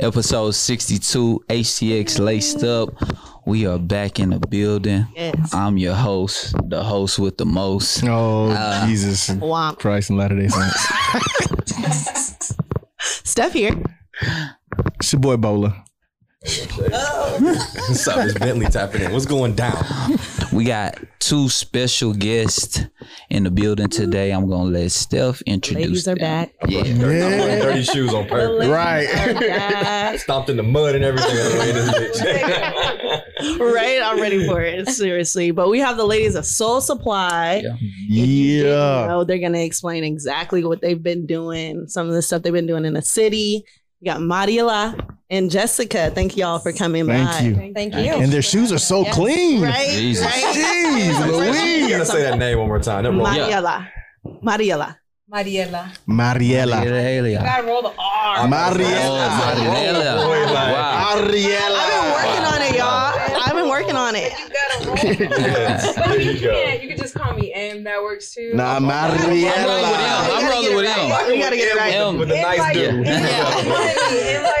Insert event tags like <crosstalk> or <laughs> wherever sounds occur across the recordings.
Episode 62, HCX Laced Up. We are back in the building. Yes. I'm your host, the host with the most. Oh Uh, <laughs> Jesus Womp. Christ and Latter Day Saints! Steph here. it's your boy Bola. What's up? It's Bentley tapping in. What's going down? We got two special guests in the building today. I'm going to let Steph introduce Ladies are them. back. Yeah. I'm wearing dirty shoes on purpose. <laughs> Right. Stomped in the mud and everything. on the way to this bitch. right. I'm ready for it. Seriously. But we have the ladies of Soul Supply. Yeah. Yeah, Oh, they're gonna explain exactly what they've been doing, some of the stuff they've been doing in the city. We got Mariela and Jessica. Thank y'all for coming Thank by. you. Thank Thank you. and their shoes are so clean. Right? Jesus. <laughs> right? Jeez, You gotta Louise, say that name one more time. Never mind. Mariela. Mariela. Mariela. Mariela, Mariela. gotta roll the R. Mariela, Oh, Mariela. Boy, like- Wow. I've Mariela. been working on it, y'all. I've been working on it. You gotta <laughs> roll the <laughs> Yes, But I there mean, you you go. can. You can just call me M. That works too. <laughs> Nah, I'm rolling with him. Mariela. I'm rolling with him. We gotta get it right. M. With a nice Invite- dude. Invite money. Invite <laughs> money.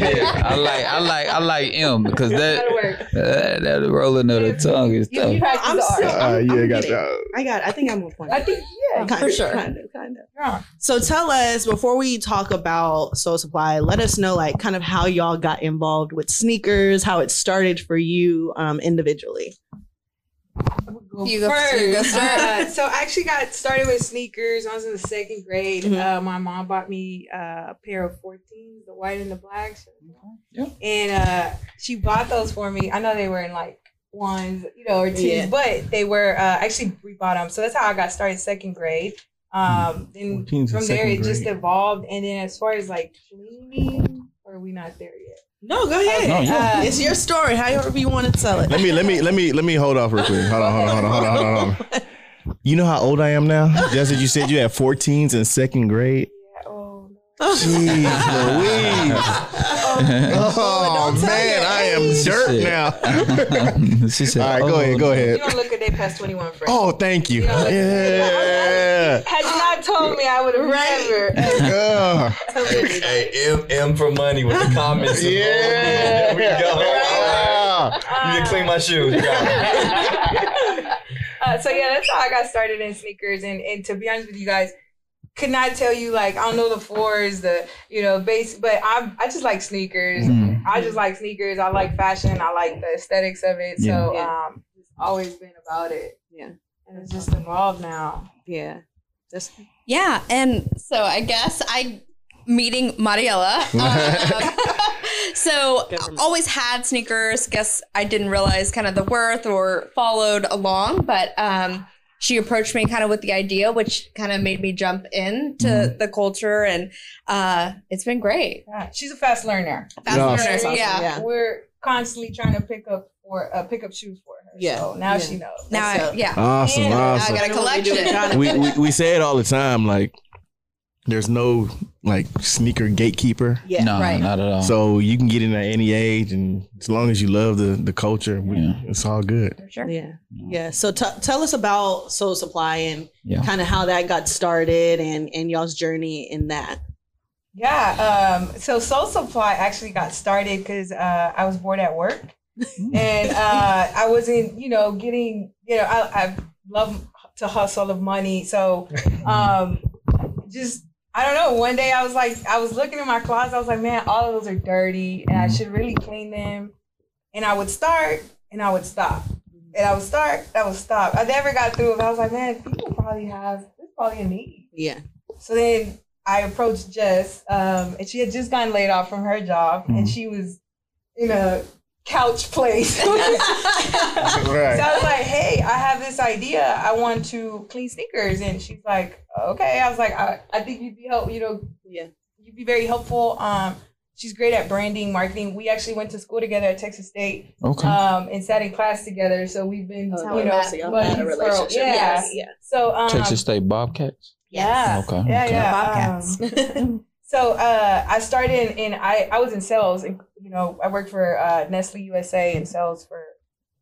Yeah, I like I like I like M because that That'll work. uh, that rolling of the tongue is You, you tough. practice I'm the R. so- Uh, yeah, I'm got getting- that. I got. I think I'm on point. I think yeah, kind for of, sure. Kind of, kind of. Yeah. So tell us before we talk about Soul Supply, let us know like kind of how y'all got involved with sneakers, how it started for you um, individually. You go- first. you go <laughs> start. Uh, so I actually got started with sneakers. I was in the second grade. Mm-hmm. Mhm. Uh, my mom bought me uh, a pair of 14s, the white and the black. Yeah. And uh, she bought those for me. I know they were in like ones, you know, or twos, Yeah. but they were uh, actually we bought them. So that's how I got started second grade. Um, and 14s Mm. in from there, second it just grade. evolved. And then as far as like cleaning, are we not there yet? No, go ahead. Uh, No, yeah. it's your story, however you want to tell it. <laughs> Let me, let me, let me, let me hold off real quick. Hold on, hold on, hold on, hold on, hold on. hold on. You know how old I am now? Just as you said, you had 14s in second grade. Yeah, oh, no. Jeez, Louise. Oh, <laughs> Oh, don't tell man, your I am age. dirt Shit. now. she said, All right, go oh, ahead, go You ahead. don't look a day past 21 friends. Oh, thank you. Yeah. Had you not told me, I would have Right. never. uh, Yeah. AKA M M for money with the comments. and all <laughs> Yeah. of that. There we go. Wow. You can clean my shoes. You got it. <laughs> uh, so yeah, that's how I got started in sneakers. And and to be honest with you guys, could not tell you like I don't know the fours, the you know base, but I I just like sneakers. Mm. I just like sneakers. I like fashion. I like the aesthetics of it. So um, it's always been about it. Yeah. and it's just evolved now. Yeah. That's Yeah, and so I guess I meeting Mariella. um, <laughs> so Government. always had sneakers. Guess I didn't realize kind of the worth or followed along, but um, she approached me kind of with the idea, which kind of made me jump into Mhm. the culture, and uh, it's been great. Yeah. She's a fast learner. Fast Yeah. learners, Awesome. yeah. Yeah. We're constantly trying to pick up for uh, pick up shoes for her. Yeah. So now Yeah. she knows. Now, I, That's yeah, Awesome, And I awesome. got a collection. We, we we say it all the time, like there's no like sneaker gatekeeper. yeah. No, Right. not at all. So you can get in at any age and as long as you love the, the culture, we, Yeah. it's all good. for sure. Yeah. Yeah. So t- tell us about Soul Supply and Yeah. kind of how that got started and, and y'all's journey in that. Yeah. Um, so Soul Supply actually got started because uh, I was bored at work, and uh, I wasn't, you know, getting, you know, I, I love to hustle of money, so um, just. I don't know. One day I was like, I was looking in my closet. I was like, man, all of those are dirty and I should really clean them. And I would start and I would stop. And I would start, I would stop. I never got through it. I was like, man, people probably have, this is probably a need. Yeah. So then I approached Jess, um, and she had just gotten laid off from her job, Mm-hmm. and she was in a couch place. <laughs> so I Right. was like, "Hey, I have this idea. I want to clean sneakers," and she's like, "Okay." I was like, "I, I think you'd be help, you know, Yeah. you'd be very helpful." Um, she's great at branding, marketing. We actually went to school together at Texas State, Okay. um, and sat in class together. So we've been, Oh, you okay. know, So y'all buddies had a for- relationship. Yeah. Yes. Yeah. So um, Texas State Bobcats. Yeah. Okay, Oh, Yeah, okay. yeah. Bobcats. um, <laughs> So uh, I started in, in I, I was in sales and you know I worked for uh, Nestle USA in sales for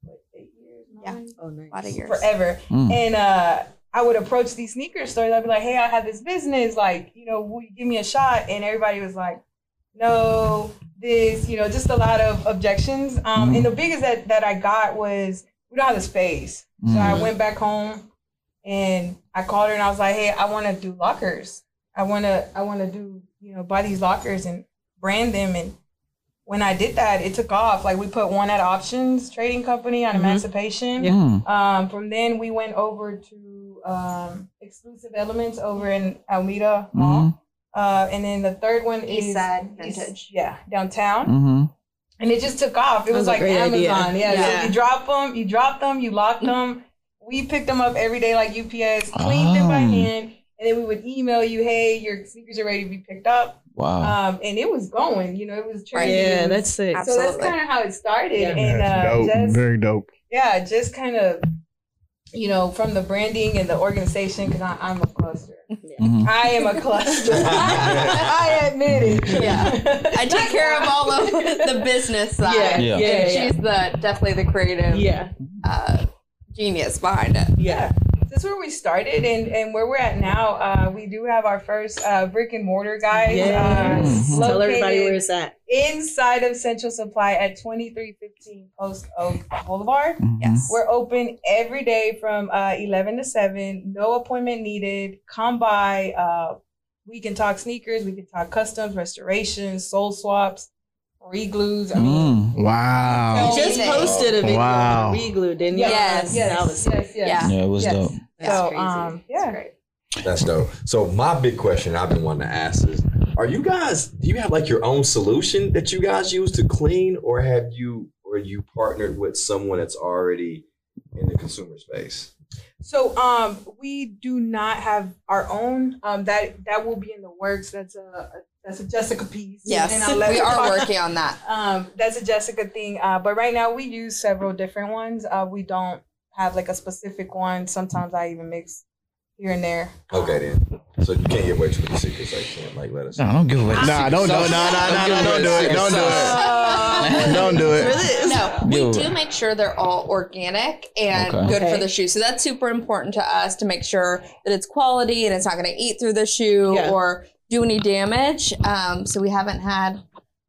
what, eight years Yeah. nine? Oh, nice. A lot of years. forever Mm. and uh, I would approach these sneaker stores I'd be like hey I have this business like you know will you give me a shot and everybody was like no, this, you know, just a lot of objections. Um, Mhm. And the biggest that, that I got was we don't have the space. So Hmm. I went back home and I called her and I was like, hey, I want to do lockers. I want to, I want to do, you know, buy these lockers and brand them. And when I did that, it took off. Like we put one at Options Trading Company on Mhm. Emancipation. Yeah. Mm. Um, from then we went over to um, Exclusive Elements over in Alameda Mall. Uh, and then the third one East is Side East- Vintage. yeah, downtown. Mm-hmm. And it just took off. It That was, was a like great idea. Amazon. Yeah, so Yeah. you drop them, you drop them, you lock them. We picked them up every day like UPS, cleaned them by Oh. hand, and then we would email you, "Hey, your sneakers are ready to be picked up." Wow. Um, and it was going. You know, it was Right. trendy. Oh. Yeah, It was- that's sick. so that's Absolutely. kind of how it started. Yeah. And That's uh, dope. just Very dope. yeah, just kind of, you know, from the branding and the organization, because I'm a cluster. Mm-hmm. Mhm. I am <laughs> a cluster. <laughs> I admit it. Yeah. I take care of all of the business side. Yeah, Yeah. yeah, yeah, And yeah. She's the definitely the creative Yeah, uh, genius behind it. yeah. Yeah. That's where we started and, and where we're at now. Uh, we do have our first uh, brick and mortar guys. Yes. Uh, Mhm. Mm-hmm. Tell everybody where located it's at. inside of Central Supply at 2315 Post Oak Boulevard. Mhm. Yes. We're open every day from uh, 11 to 7. No appointment needed. Come by. Uh, we can talk sneakers. We can talk customs, restorations, sole swaps, re-glues. I mean, Mm. Wow. You just Amazing. posted a video. Wow. Wow. Reglue, didn't you? Yes. That was yes, yes. Yeah. Yeah, it was Yes. dope. Mm. That's So, crazy. um, That's yeah. great. That's dope. So my big question I've been wanting to ask is, are you guys do you have like your own solution that you guys use to clean or have you or you partnered with someone that's already in the consumer space? So um, we do not have our own. Um, that that will be in the works. That's a, a- that's a Jessica piece. And Yes, I'll let we her are talk. working on that. Um, that's a Jessica thing. Uh, but right now we use several different ones. Uh, we don't have like a specific one. Sometimes I even mix here and there. Okay then. So you can't give away too many secrets like can't like let us No, don't give away. Nah, don't, don't, nah, nah, nah, nah, don't do it. Don't do it. Don't do it. No, Yeah. we do make sure they're all organic and Okay. good for Okay. the shoe. So that's super important to us to make sure that it's quality and it's not going to eat through the shoe Yeah. or do any damage. Um, so we haven't had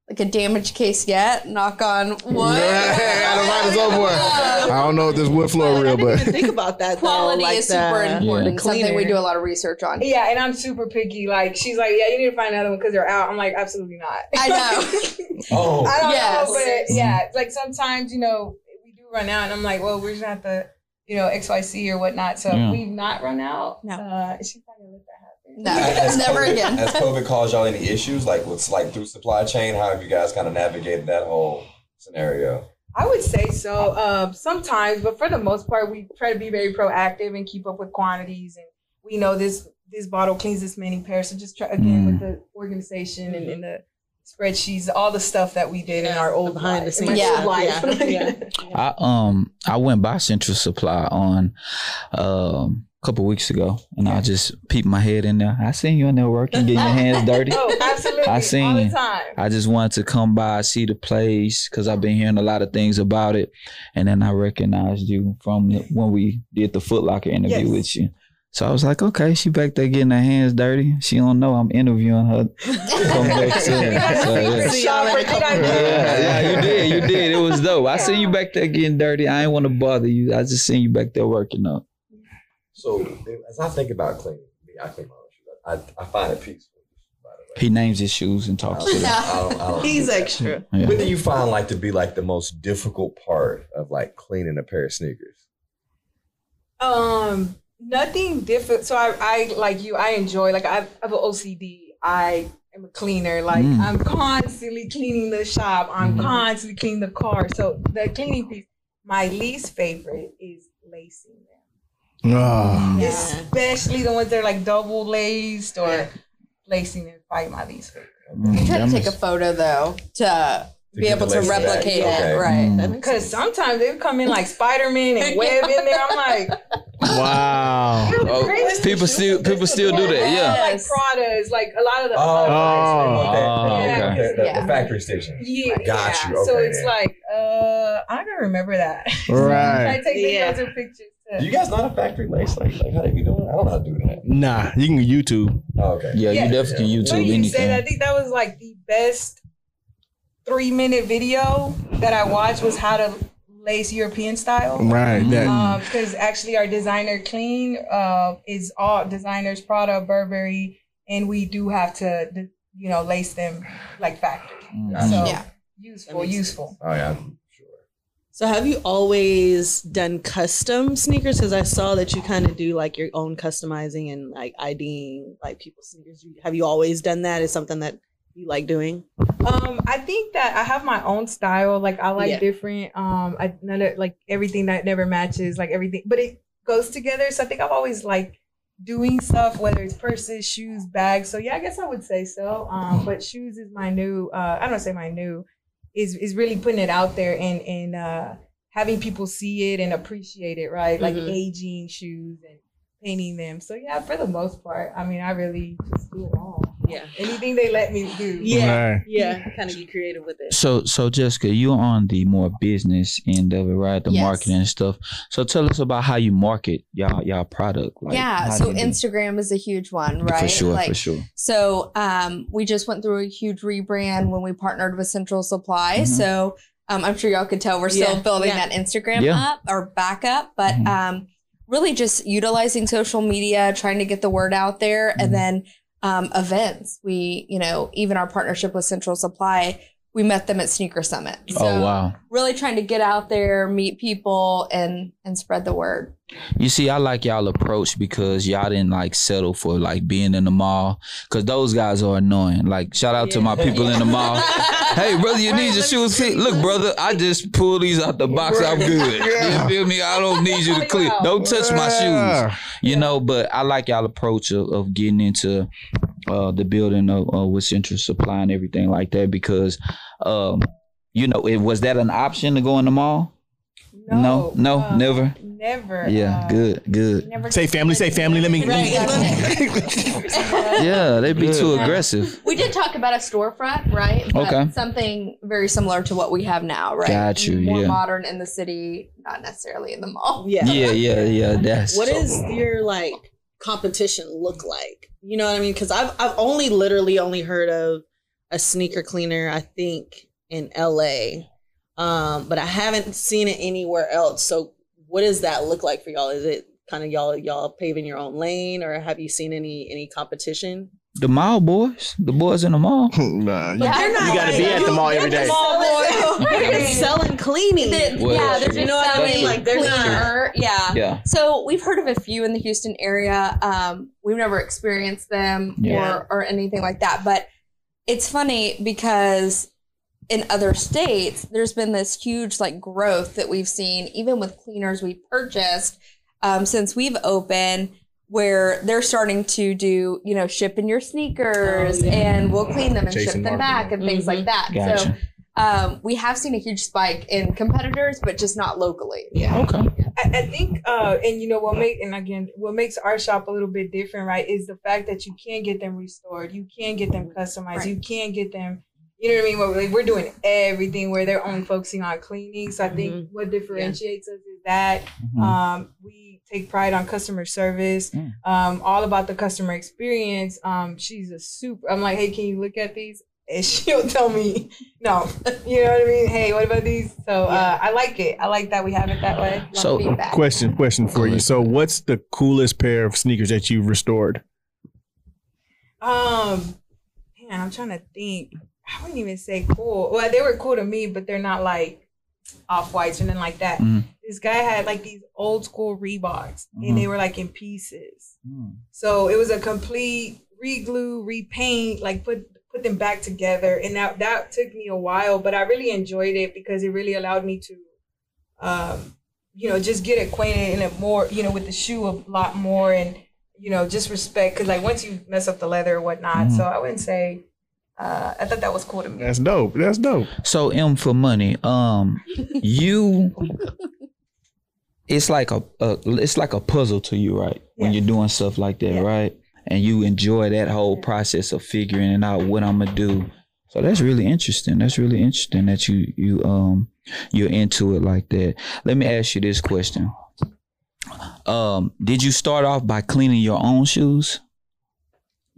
like a damage case yet. Knock on <laughs> wood. Adam, might as well, boy. Um, I don't know if this wood floor Oh, real, I didn't but <laughs> even think about that. though, quality like is the- super the important. Something we cleaner. do a lot of research on. Yeah, and I'm super picky. Like she's like, yeah, you need to find another one because they're out. I'm like, absolutely not. I know. Oh I don't Yes. know, but Mm-hmm. yeah, it's like sometimes you know we do run out, and I'm like, well, we're just not the you know X Y C or whatnot. So Yeah. we've not run out. No. uh, she's not gonna let that No, <laughs> happen. never COVID, again. Has COVID caused y'all any issues like with like through supply chain? How have you guys kind of navigated that whole scenario? I would say so. Um, sometimes, but for the most part, we try to be very proactive and keep up with quantities, and we know this this bottle cleans this many pairs. So just try Mm. again with the organization and, and the spreadsheets, all the stuff that we did in our old behind the lives, scenes my old stuff. life. Yeah. Yeah. I um I went by Central Supply on um a couple weeks ago, and I just peeped my head in there. I seen you in there working, getting your hands dirty. <laughs> Oh, absolutely! I all seen the you. time. I just wanted to come by, see the place, because I've been hearing a lot of things about it. And then I recognized you from the, when we did the Foot Locker interview Yes. with you. So I was like, okay, she back there getting her hands dirty. She don't know I'm interviewing her. Come back <laughs> soon. We got a So, yeah. secret shopper. Did I do Yeah, it? yeah, you did, you did. It was dope. I seen you back there getting dirty. I ain't want to bother you. I just seen you back there working up. So as I think about cleaning, me, I clean my own shoes. I, I find it peaceful. By the way, He names his shoes and talks <laughs> to them. <laughs> I don't- I don't- He's extra. Yeah. What do you find like to be like the most difficult part of like cleaning a pair of sneakers? Um, nothing different. So I, I like you. I enjoy like I have an OCD. I am a cleaner. Like Mm. I'm constantly cleaning the shop. I'm Mhm. constantly cleaning the car. So the cleaning piece. My least favorite is lacing them, Ah, Yeah. especially the ones that are like double laced or lacing them. Probably my least favorite. Mm, We try that to take a must- photo though to be get able the to laces back. replicate Okay. it. <laughs> Right. Mm. That makes Because sometimes they come in like Spider Man and web in there. I'm like, <laughs> Wow. Oh, people still people still do that. Yeah. like Yes. Prada's, like a lot of the. Oh. other- Oh, Yeah, okay. the- the, the Yeah. factory stitching. Yeah, I got yeah. you. so Okay, it's then. like, uh, I'm gonna remember that. <laughs> Right. I take Yeah. videos or pictures Do you guys know how to factory lace? Like, like how do you do it? I don't know how to do that. Nah, you can YouTube. Oh, okay. Yeah, Yeah. you definitely can When YouTube you anything. said, I think that was like the best three minute video that I watched was how to lace European style. Right. That Mm, because actually our designer clean uh, is all designers Prada, Burberry, and we do have to you know lace them like factory. Mm. Gotcha. So Yeah. useful, useful. Oh yeah, I'm sure. So have you always done custom sneakers? Because I saw that you kind of do like your own customizing and like IDing like people's sneakers. You- Have you always done that? Is something that you like doing? Um, I think that I have my own style. Like I like Yeah. different. Um, I none of, like everything that never matches. Like everything, but it goes together. So I think I've always like doing stuff, whether it's purses, shoes, bags. So yeah, I guess I would say so. Um, but shoes is my new. Uh, I don't say my new. Is is really putting it out there and and uh, having people see it and appreciate it, right? Like Mhm. aging shoes and painting them. So yeah, for the most part, I mean, I really just do it all. Yeah. Anything they let me do. Yeah. Right. Yeah. Kind of be creative with it. So, so Jessica, you're on the more business end of it, right? The Yes. marketing and stuff. So, tell us about how you market y'all y'all product. Like, yeah. how So do you do- Instagram is a huge one, right? for sure, like, for sure. So um, we just went through a huge rebrand when we partnered with Central Supply. Mhm. So um, I'm sure y'all could tell we're still Yeah, building yeah. that Instagram Yeah. up or back up, but Mhm. um, really just utilizing social media, trying to get the word out there, Mhm. and then um, events. We, you know, even our partnership with Central Supply, we met them at Sneaker Summit. So oh wow! really trying to get out there, meet people, and and spread <laughs> the word. <laughs> You see, I like y'all approach because y'all didn't like settle for like being in the mall because those guys are annoying. Like, shout out to my people in the <laughs> mall. Hey, brother, you need your shoes fit. Look, brother, I just pull these out the box. I'm good. Yeah. You feel me? I don't need you to clip. Don't touch my shoes. Yeah. you know but i like y'all approach of, of getting into uh the building of uh, with central supply and everything like that because um you know it was that an option to go in the mall No, no, uh, never. Never. yeah uh, good good never Say did family, say that. family. Let me. Right. yeah they'd be too Yeah. aggressive We did talk about a storefront, right? But Okay. Something very similar to what we have now, right? Got you, More yeah. modern in the city, not necessarily in the mall. Yeah. yeah yeah yeah that's What is your like competition look like? You know what I mean? Because I've I've only literally only heard of a sneaker cleaner, I think, in LA. Um, but I haven't seen it anywhere else. So what does that look like for y'all? Is it kind of y'all y'all paving your own lane or have you seen any any competition? the mall boys the boys in the mall <laughs> nah, you, Yeah. they're not you gotta be at the mall every day. Small boy. They're selling cleaning. They- Well, yeah, they're you just know what I mean? selling Like, they're not- cleaner, Uh, Yeah. yeah So we've heard of a few in the Houston area. Um, we've never experienced them Yeah. or, or anything like that. But it's funny because in other states, there's been this huge like growth that we've seen, even with cleaners we purchased um, since we've opened, where they're starting to do you know ship in your sneakers Oh, yeah. Mm-hmm. and we'll clean them and Chase ship and them market back them. and things like that. So gotcha um, we have seen a huge spike in competitors, but just not locally. yeah. okay I, I think, uh, and you know what make and again what makes our shop a little bit different, right? Is the fact that you can get them restored, you can get them customized, you can get them. You know what I mean? Well, like, we're doing everything where they're only focusing on cleaning. So I think Mhm. what differentiates us is that Mhm. uh, um, we take pride on customer service, Mm. um, all about the customer experience. Um, she's a super. I'm like, hey, can you look at these? <laughs> And she'll tell me, no, <laughs> you know what I mean. Hey, what about these? So uh, I like it. I like that we have it that way. Love So, feedback. <laughs> Question, question for you. So, what's the coolest pair of sneakers that you've restored? Um, man, I'm trying to think. I wouldn't even say cool. Well, they were cool to me, but they're not like off whites or nothing like that. Mhm. This guy had like these old school Reeboks, and they were like in pieces. Mm. So it was a complete re-glue, repaint, like put put them back together. And that that took me a while, but I really enjoyed it because it really allowed me to um, you know, just get acquainted in a more, you know, with the shoe a lot more and, you know, just respect because like once you mess up the leather or whatnot. Mm-hmm. So I wouldn't say uh, I thought that was cool to me. That's dope. That's <laughs> dope. So M for money. Um, <laughs> you. It's like a, a it's like a puzzle to you, right? When Yeah. you're doing stuff like that, Yeah. right? And you enjoy that whole process of figuring it out what I'm gonna do. So that's really interesting. That's really interesting that you you um you're into it like that. Let me ask you this question. Um, did you start off by cleaning your own shoes?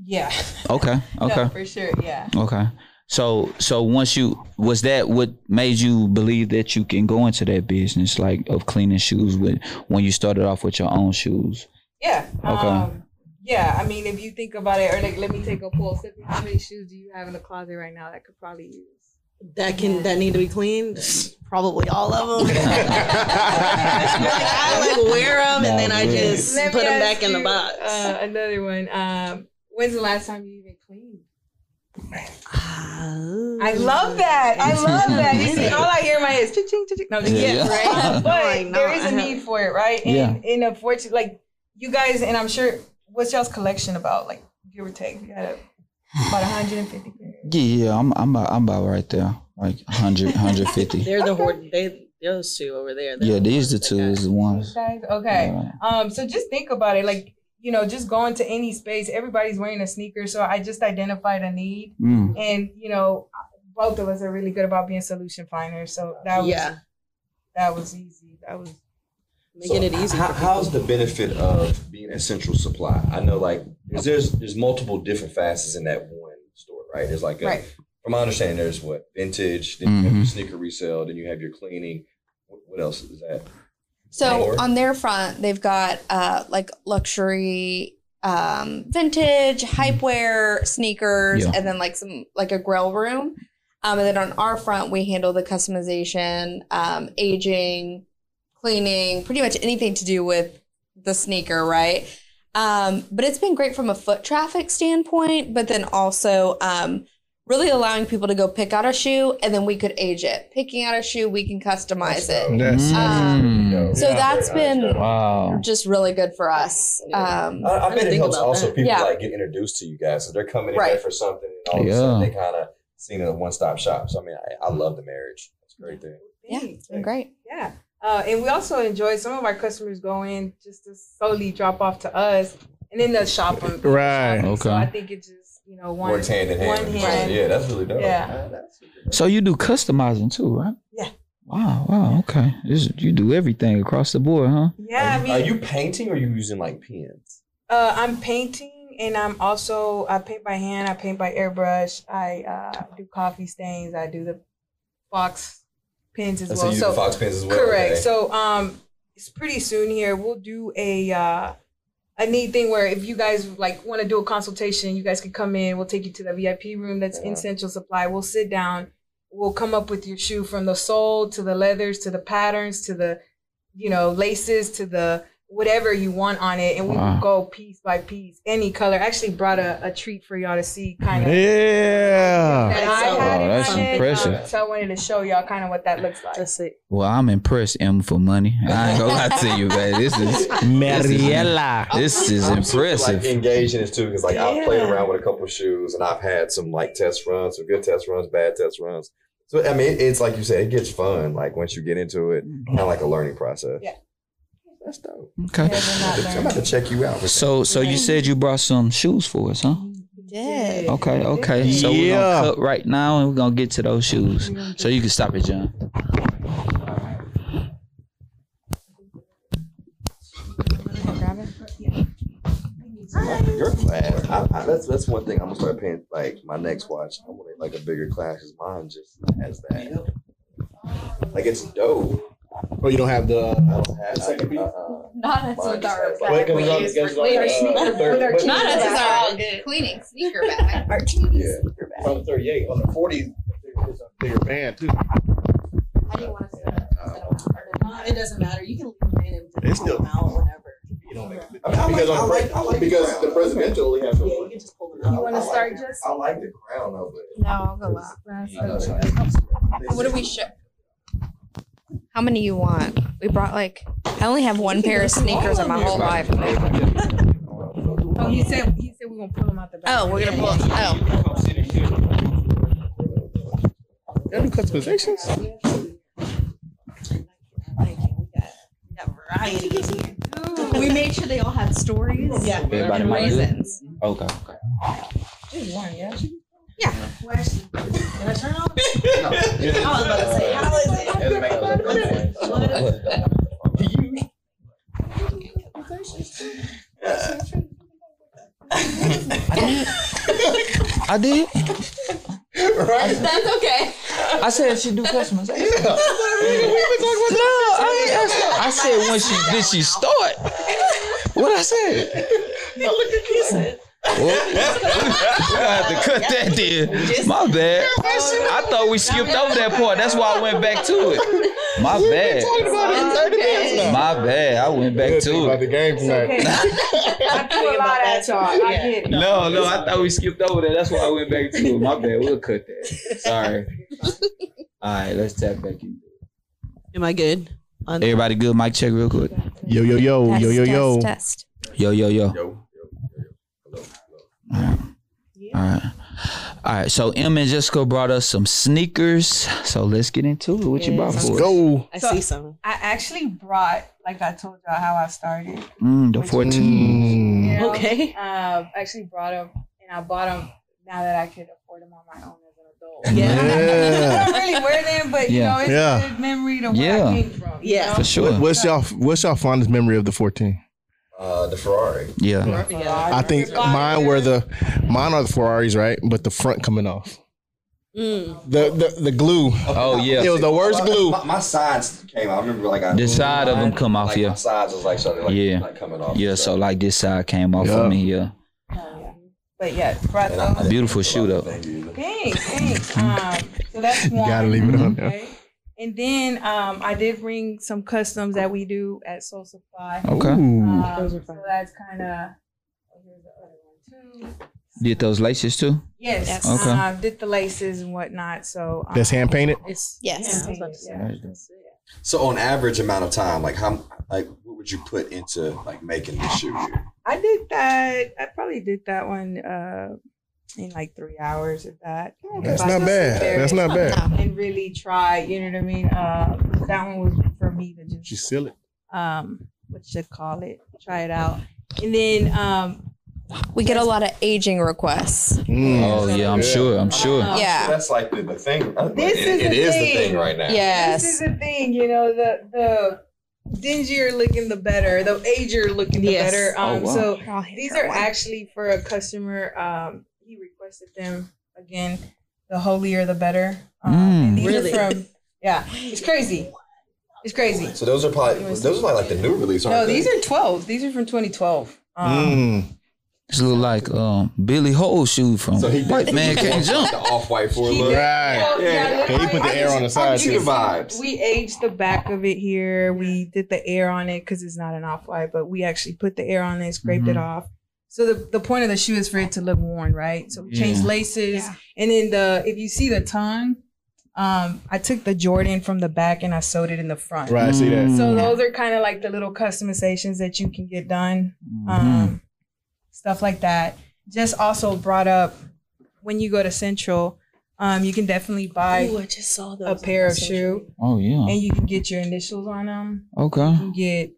Yeah. <laughs> Okay, No, okay, for sure. Yeah. okay. So, so once you was that what made you believe that you can go into that business, like of cleaning shoes, with when you started off with your own shoes? Yeah. Okay. Um, yeah. I mean, if you think about it, or like, let me take a poll. Sippy, How many shoes do you have in the closet right now that could probably use? That can that need to be cleaned. Probably all of them. I like wear them and then I just Let put me them ask back in the you, box. Uh, another one. Um, when's the last time you even cleaned? Ah. I love that. I love that. You see, all I hear in my head is ching, ching, ching. No, just Yeah. yeah, right. <laughs> But Like, <laughs> no, there is I a have- need for it, right? And, and unfortunately, like you guys, and I'm sure, what's y'all's collection about? Like give or take, you had a, about 150 pairs. Yeah, yeah, I'm I'm about, I'm about right there, like 100, <laughs> 150. They're the <laughs> hoard. They those two over there. they're yeah, these the ones two that is the ones. Guys, okay. Yeah. Um, so just think about it, like you know, just going to any space, everybody's wearing a sneaker. So I just identified a need, Mm. and you know, both of us are really good about being solution finders. So that got- was Yeah, that was easy. That was making it easy. How, for how's the benefit of being essential supply? I know, like, 'cause there's there's multiple different facets in that one store, right? There's like, a, Right. from my understanding, there's what vintage, then you have your Mhm. sneaker resale, then you have your cleaning. What, what else is that? So Or- on their front, they've got uh, like luxury, um, vintage, hypewear, sneakers, Yeah. and then like some like a grill room. Um, and then on our front, we handle the customization, um, aging, cleaning, pretty much anything to do with the sneaker, right? Um, but it's been great from a foot traffic standpoint, but then also um, really allowing people to go pick out a shoe and then we could age it. Picking out a shoe, we can customize it. That's- Uh, Um, so Mm. Yeah. that's been Mm. Wow. just really good for us. Um, I, I bet I didn't it think helps about also that. people Yeah. like get introduced to you guys, so they're coming in there Right. for something, and all of a sudden Yeah. they kind of seen it a one stop shop. So I mean, I, I love the marriage. It's a great thing. yeah, it's been great. Yeah. Uh, and we also enjoy some of our customers go in just to solely drop off to us and then they'll shop on Right. shopping. So Okay. I think it just, you know, one Works hand in hand. One hand. Yeah, that's really dope. Yeah. Ah, that's really dope. So you do customizing too, right? Yeah. Wow. Wow. Okay. This, you do everything across the board, huh? Yeah, are, I you, mean are you painting or are you using like pens? uh I'm painting and I'm also I paint by hand, I paint by airbrush, I uh do coffee stains, I do the fox pins as So well. you So use fox pens as well. Correct. okay. So um it's pretty soon here. We'll do a uh a neat thing where if you guys like want to do a consultation, you guys can come in. We'll take you to the VIP room that's in Yeah. Central Supply. We'll sit down. We'll come up with your shoe from the sole to the leathers to the patterns to the you know laces to the whatever you want on it, and we Wow. will go piece by piece, any color. I actually brought a, a treat for y'all to see, kind of. Yeah. That I Wow, had in that's my head. impressive. Um, so I wanted to show y'all kind of what that looks like. That's it. Well, I'm impressed, M, for money. I ain't gonna lie to you, man. This is Mariella. this is I'm super, impressive. Like engaged in this too, because like I've played Yeah. around with a couple of shoes, and I've had some like test runs, some good test runs, bad test runs. So I mean, it, it's like you said, it gets fun. Like once you get into it, kind of like a learning process. Mm-hmm. Yeah. that's dope. Okay. Yeah, we're not I'm learning. about to check you out. So, So, so you said you brought some shoes for us, huh? Yeah. Okay. Okay. So we're Yeah. gonna cut right now, and we're gonna get to those shoes. So you can stop it, John. your class, I, I, that's that's one thing I'm gonna start paying. Like my next watch, I want like a bigger class because mine just has that. Like it's dope. Oh, you don't have I the. don't have. Second piece? uh, Not as Mine with just our has, like, bag we goes on- use goes for on, cleaning. uh, Not third- Not It's as all our cleaning sneaker <laughs> bag. Our cleaning Yeah. sneaker bag. From 38 on the 40s. It's a bigger band too. How do you want us to It doesn't matter. You can leave them in and It's still- them out whenever. You don't make it. I mean, I because like- I on like- I like because brown. the presidential only has Yeah, one. you can just pull them I- out. You wanna I like start the- just- I like the crown of it. No, I'll go out. What do we ship? How many you want? We brought like I only have one pair of sneakers in my whole life. Oh, he said he said we're gonna pull him out the back. Oh, we're gonna pull. Oh, Y'all do customizations? we made sure they all had stories. Yeah. Everybody and might do it. reasons. Okay. Just one, yeah. Can I turn on? I was about to say, how is it? Do you I did. right? That's okay. I said she do customers. no, I ain't asked her. I said when she did she start. What I said? Well, <laughs> we gonna have to cut that then. My bad. I thought we skipped over that part. That's why I went back to it. My bad. My bad. I went back to about it. the game tonight. Okay. <laughs> I threw a lot at y'all. I get it. No, no, I thought we skipped over that. That's why I went back to it. My bad. We'll cut that. Sorry. All right, let's tap back in. Am I good? On- Everybody good? Mic check real quick. Yo, yo, Oh, yo, yo, yo, yo. Test. Yo, yo, yo. Yo, yo, yo, yo. Hello, hello. All right. All right. So M and Jessica brought us some sneakers. So let's get into it. What you brought Yes. for us? Go. I So- see some. I actually brought, like I told y'all, how I started. Um, Mm, the 14. You Mm. know? Okay. Uh, actually brought them, and I bought them now that I could afford them on my own as an adult. Yeah. <laughs> I don't really wear them, but you Yeah. know, it's Yeah. a good memory to where Yeah. I came from. you Yeah. know? For sure. What- What's y'all What's y'all fondest memory of the 14? Uh, the Ferrari. Yeah. Yeah. I think mine were the mine are the Ferraris, right? But the front coming off. Mm. The the, the glue. Oh, yeah. It was the worst My- glue. My, my sides came out. I remember like I The side of them come off, like, yeah. My sides was like something like, Yeah. like coming off. Yeah. So like this side came off of Yeah. me. Yeah. But yeah, brought And I- I those. didn't Beautiful think about shootout. the thing either. Thanks, thanks. Um, so that's You one. gotta leave it on. there. Okay. And then um, I did bring some customs that we do at Soul Supply. Okay. Ooh. Um, Those are So fun. that's kind of. Here's the other one too. Did those laces too? Yes. Yes. Okay. Um, did the laces and whatnot. So um, That's hand painted. It's Yes. Yeah, I was about to say. Yeah. So on average amount of time, like how like what would you put into like making this shoe? here? I did that. I probably did that one uh, in like three hours of that. That's But not bad. That's not bad. And really try. You know what I mean? Uh, that one was for me to just She's silly. um, what you call it? Try it out. And then um, We get a lot of aging requests. Mm. Oh yeah. I'm sure. I'm sure. uh, Oh, Yeah. That's like the, the thing. This it, is it the is the thing. thing right now. Yes. This is the thing, you know, the the dingier looking the better, the ager looking the Yes. better. Um Oh, wow. so these are actually for a customer. Um he requested them again, the holier the better. Um, Mm. and these are Really? from yeah, it's crazy. It's crazy. So those are probably those are probably like the new release. Aren't No, they? these are 12. These are from 2012. Um, Mm. This look like um Billy Hole shoe from So he did- White Man <laughs> Can't Jump. the off white four He look. did. Right. Well, yeah, Yeah. look, Yeah, you put the I air just- on the I side. get the too. vibes. We aged the back of it here. We did the air on it because it's not an off white, but we actually put the air on it, scraped it Mhm. Mm-hmm. off. So the, the point of the shoe is for it to look worn, right? So we changed Yeah. laces, Yeah. and then the if you see the tongue, um, I took the Jordan from the back and I sewed it in the front. Right. I see that. So Mm. those are kind of like the little customizations that you can get done Mhm. um, stuff like that. Just also brought up when you go to Central, um, you can definitely buy Ooh, I just saw those a on pair my of social shoe media. Oh yeah. and you can get your initials on them. Okay. You can get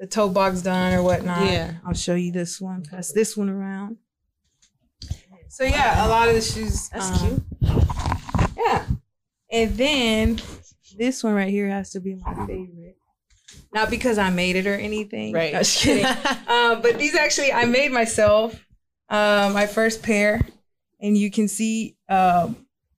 the toe box done or whatnot. Yeah. I'll show you this one. Pass this one around. So yeah, a lot of the shoes. That's um, Yeah. And then this one right here has to be my favorite. Not because I made it or anything. Right. No, just <laughs> kidding. um, but these actually I made myself. Uh, my first pair, and you can see um,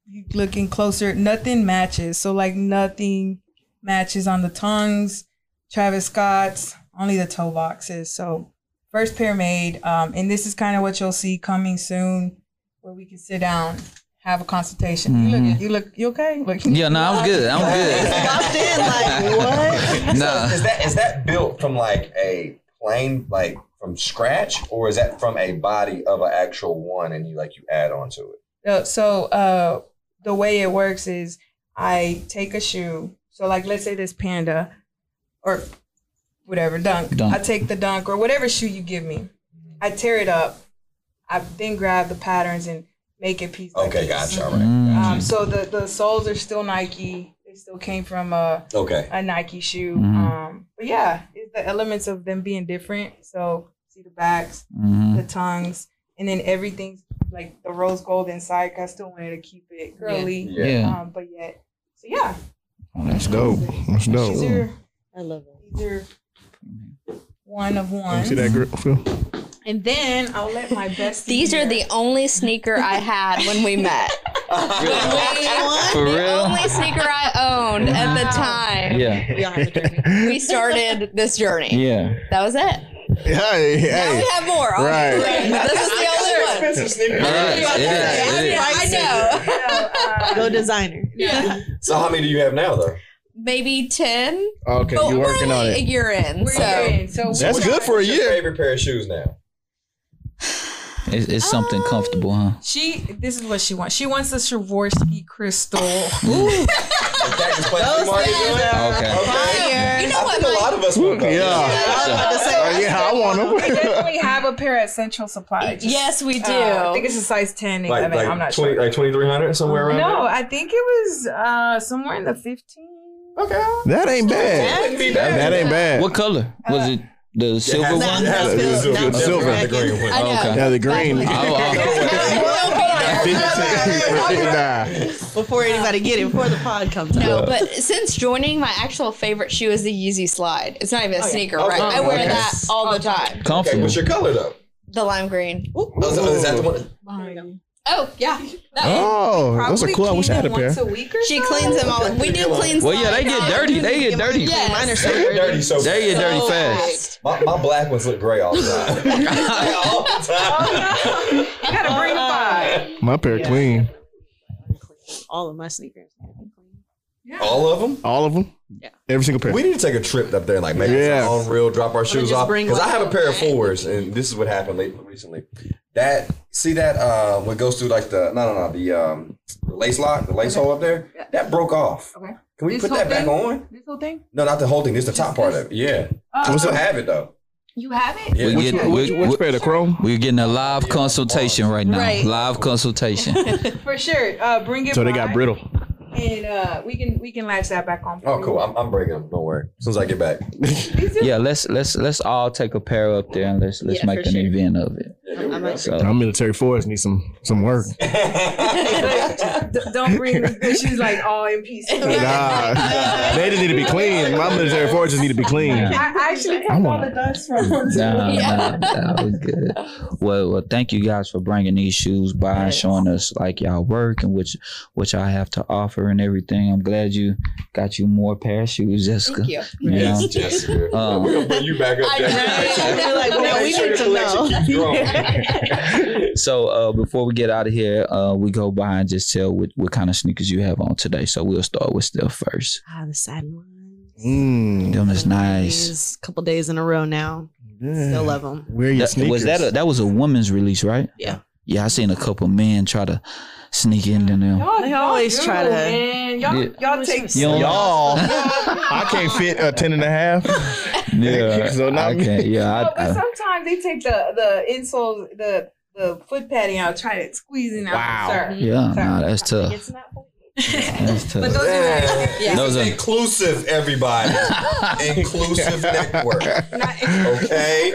you looking closer. Nothing matches. So like nothing matches on the tongues. Travis Scott's only the toe boxes. So first pair made, um, and this is kind of what you'll see coming soon, where we can sit down, have a consultation. You Mhm. look, you look, you okay? Look, Yeah. No, I'm good. I'm Locked good. in, like <laughs> <laughs> what? Nah. <laughs> Is that is that built from like a plain like from scratch or is that from a body of an actual one and you like you add on to it? No, so uh, the way it works is I take a shoe. So like let's say this panda or whatever dunk. Dunk. I take the dunk or whatever shoe you give me. I tear it up. I then grab the patterns and make it piece. by Okay, piece. gotcha. All right. Mm. Um, so the the soles are still Nike. They still came from a <laughs> Okay. a Nike shoe. Mhm. Um, but yeah, it's the elements of them being different. So see the backs, Mhm. Mm. the tongues, and then everything's like the rose gold inside. 'cause I still wanted to keep it girly, Yeah. Yeah. um, but yet, so yeah, Oh, That's dope. That's dope. these are I love it. these are one of You see one. that girl? Phil? And then I'll let my best. These are the only sneaker I had when we met. For the real? only sneaker I owned at the Wow. time. Yeah. We all have a journey. <laughs> We started this journey. Yeah. That was it. Hey, Now hey. we have more. obviously, Right. But this is the <laughs> only one. Expensive <laughs> sneakers. All right. Yeah, It is. It is. I know. uh, Go designer. Yeah. So how many do you have now, though? Maybe 10. Okay, but you're we're working on only a it. year in. We're So in. So we That's got- good for a What's your year. favorite pair of shoes <laughs> now? It's, it's something Um, comfortable, huh? She. This is what she wants. She wants a Swarovski <laughs> crystal. The Cactus Plant flea market doing it? Okay. Okay. You know I what, think a Mike? lot of us would. Yeah. Oh, yeah, I want We them. definitely have a pair at Central Supply. Just, yes, we do. uh, I think <laughs> it's a size 10, 11. Like, like, I'm not 20, sure. like 2300 somewhere around no, I think it was uh, somewhere in the 15. there. Okay. <laughs> That ain't bad. Wouldn't be bad. That ain't bad. What color was it? The Uh, It silver has- one. it has the Not the silver- silver. silver. Not The green one. I know. Okay. Yeah, the green. <laughs> Oh, oh. Before anybody get it, before the pod comes out. No, but since joining, my actual favorite shoe is the Yeezy Slide. It's not even a Oh, yeah. sneaker, Oh, right? oh, I wear okay. that all the time. Okay, comfortable. what's your color though? The lime green. Oh, is that- is that the one? Oh yeah, that one. Oh, that's a Probably cool. I wish I clean had a them pair. Once a week or She cleans them all. We do clean. Well, yeah, they get dirty. They get dirty. Yes. Mine are so They're dirty. dirty so They get fast. dirty So fast. fast. My, my black ones look gray all the <laughs> time. all the time. <laughs> You gotta bring five. My pair clean. All of my <laughs> sneakers. All of them? All of them. Yeah. Every single pair. We need to take a trip up there and like make Yeah. yeah. on real, drop our shoes just off. bring, Because I like, have a pair of a bag. fours, and this is what happened late, recently. That see that uh, what goes through like the no no no the um, lace lock, the lace hole up there, Yeah. that broke off. Okay. Can <laughs> we This put whole that back thing? on? This whole thing? No, not the whole thing. This is the top part of it. Yeah, we Uh, still have it though. you have it? Yeah. We Which, get- one- which, we- which we- pair? The chrome. We're getting a live consultation right now. Right. Live consultation. <laughs> For sure. Uh, bring it So they by, got brittle. And uh, we can we can latch that back on. for Oh, you. cool. I'm, I'm breaking them. Don't worry. As soon as I get back. These are- yeah, let's let's let's all take a pair up there and let's let's Yeah, make for an sure. event of it. Yeah, there we I go. might- So I'm military force. Need some some work. <laughs> D- don't bring these bitches like all in <laughs> pieces. Nah, they just need to be clean. My military forces need to be clean. I I actually took I all want the it. dust from them. too. nah, <laughs> Yeah. nah, nah, we good. Well, well, thank you guys for bringing these shoes by and showing us like y'all work and which which I have to offer and everything. I'm glad you got you more pair of shoes, Jessica. Thank you. Yeah. Yes, Jessica. Um, We're gonna bring you back up I there. know. They're <laughs> like, We'll now make we sure need your to know. collection keeps growing. So uh, before we get out of here, uh, we go by and just tell what, what kind of sneakers you have on today. So we'll start with Steph first. Ah, the satin ones. Mm. Them is nice. These couple days in a row now. Still love them. Wear your That- sneakers. was that a, that was a woman's release, right? Yeah. Yeah, I seen a couple men try to sneak into them. Y'all, They y'all always do, try to- Man. Y'all, Yeah. y'all take. You <laughs> don't- Y'all, Oh, I can't fit a 10 and a half. Yeah, <laughs> So not I me. can't. Yeah, No, I, but I, sometimes they take the the insole, the the foot padding out, try to squeeze it out. Wow. Sorry. yeah. Sorry. Nah, that's tough. It's not. <laughs> That's tough. But those are Yeah. Yeah. Those It's are inclusive, <laughs> everybody. inclusive network. not. Okay?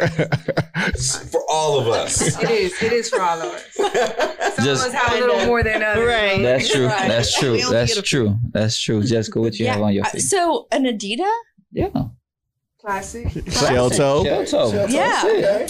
For all of us. It is. It is for all of us. Some Just- of us have a little more than others. Right. that's <laughs> true. That's true. We only That's get a- true. That's true. Jessica, what you Yeah, have on your uh, feet? So an Adidas. Yeah, Classic. <laughs> Shell toe. shell toe. Yeah, eh? Okay.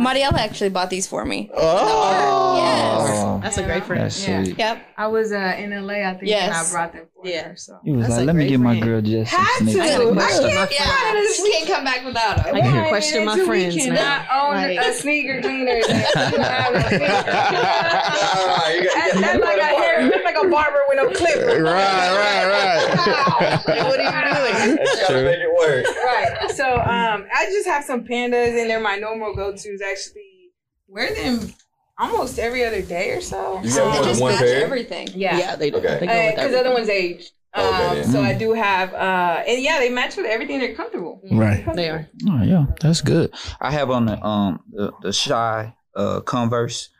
Mariella actually bought these for me. Oh. Oh, That's a great friend. that's Yeah. sweet. Yep. I was uh, in LA, I think, Yes. and I brought them for Yeah. her. So. You was That's like, a let me great get my friend. girl Jess some Had to. sneakers. I gotta question my can't, <laughs> friends. yeah. I gotta just can't come back without I them. gotta Why, question man, my do friends We now. cannot own Like- a sneaker cleaner. that you have a sneaker. That's Ah, you got- you got- that's like a <laughs> hair. That's like a barber with no Right, clipper. right, right. What are you doing? That's gotta make it work. Right. So um, I just have some pandas, and they're my normal go-to's. Actually, wear them almost every other day or so. You said Um, more than just one match pair? everything. Yeah. Yeah, they do. Okay. They go with Because everything. other one's aged. Um, Oh, Okay, yeah. So I do have, uh, and yeah, they match with everything. They're comfortable. Right. They are. Oh yeah, that's good. I have on the um the, the shy uh Converse.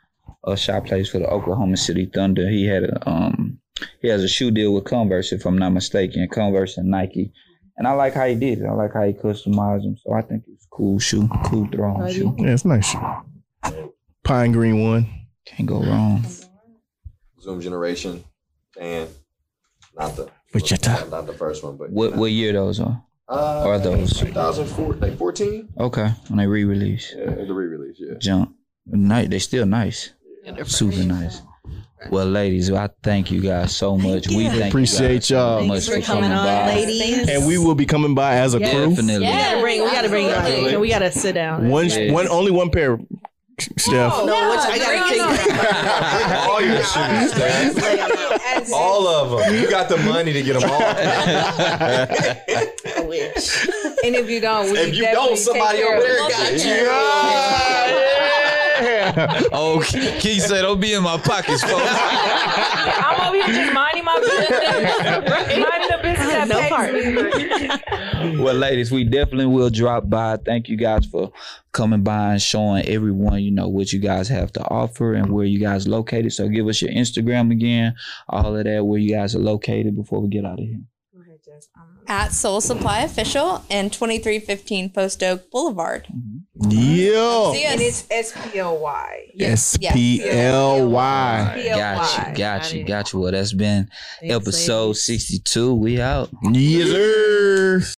Uh, shy plays for the Oklahoma City Thunder. He had a um he has a shoe deal with Converse, if I'm not mistaken. Converse and Nike. And I like how he did it. I like how he customized them. So I think it's a cool shoe, cool throw on shoe. Yeah, it's nice. Pine green one. Can't go wrong. Zoom generation and not the Wichita. not the first one, but What what year those are? Uh, Or those. 2004, like 14? Okay, when they re-release, Yeah, the re-release. Yeah. jump. Night, they still nice, super nice. Well, ladies, I thank you guys so much. We you. thank Appreciate you guys so y'all. much Thanks for for coming on, by. ladies. And we will be coming by as a Yeah. crew. Definitely. We Yeah. gotta bring. We gotta bring. Absolutely. Like, we gotta sit down. One, Yes. one, only one pair, Steph. No, Yeah, which I bring gotta it figure. <laughs> all your shoes, Dad. As- All of them. You got the money to get them all. <laughs> I wish. and if you don't, we if you don't, definitely somebody take care over of there it. got you. Oh, Keith said, "Don't be in my pockets, folks." I'm over here just minding my business. minding the business that No pays part. me. well, ladies, we definitely will drop by. Thank you guys for coming by and showing everyone, you know, what you guys have to offer and where you guys located. So give us your Instagram again, all of that, where you guys are located before we get out of here. At Soul Supply Official and 2315 Post Oak Boulevard. Yeah. See ya. And it's S P O Y. S P L Y. Got you, got you, got you. Well, that's been Thanks, episode ladies. 62. We out. Yes, sir.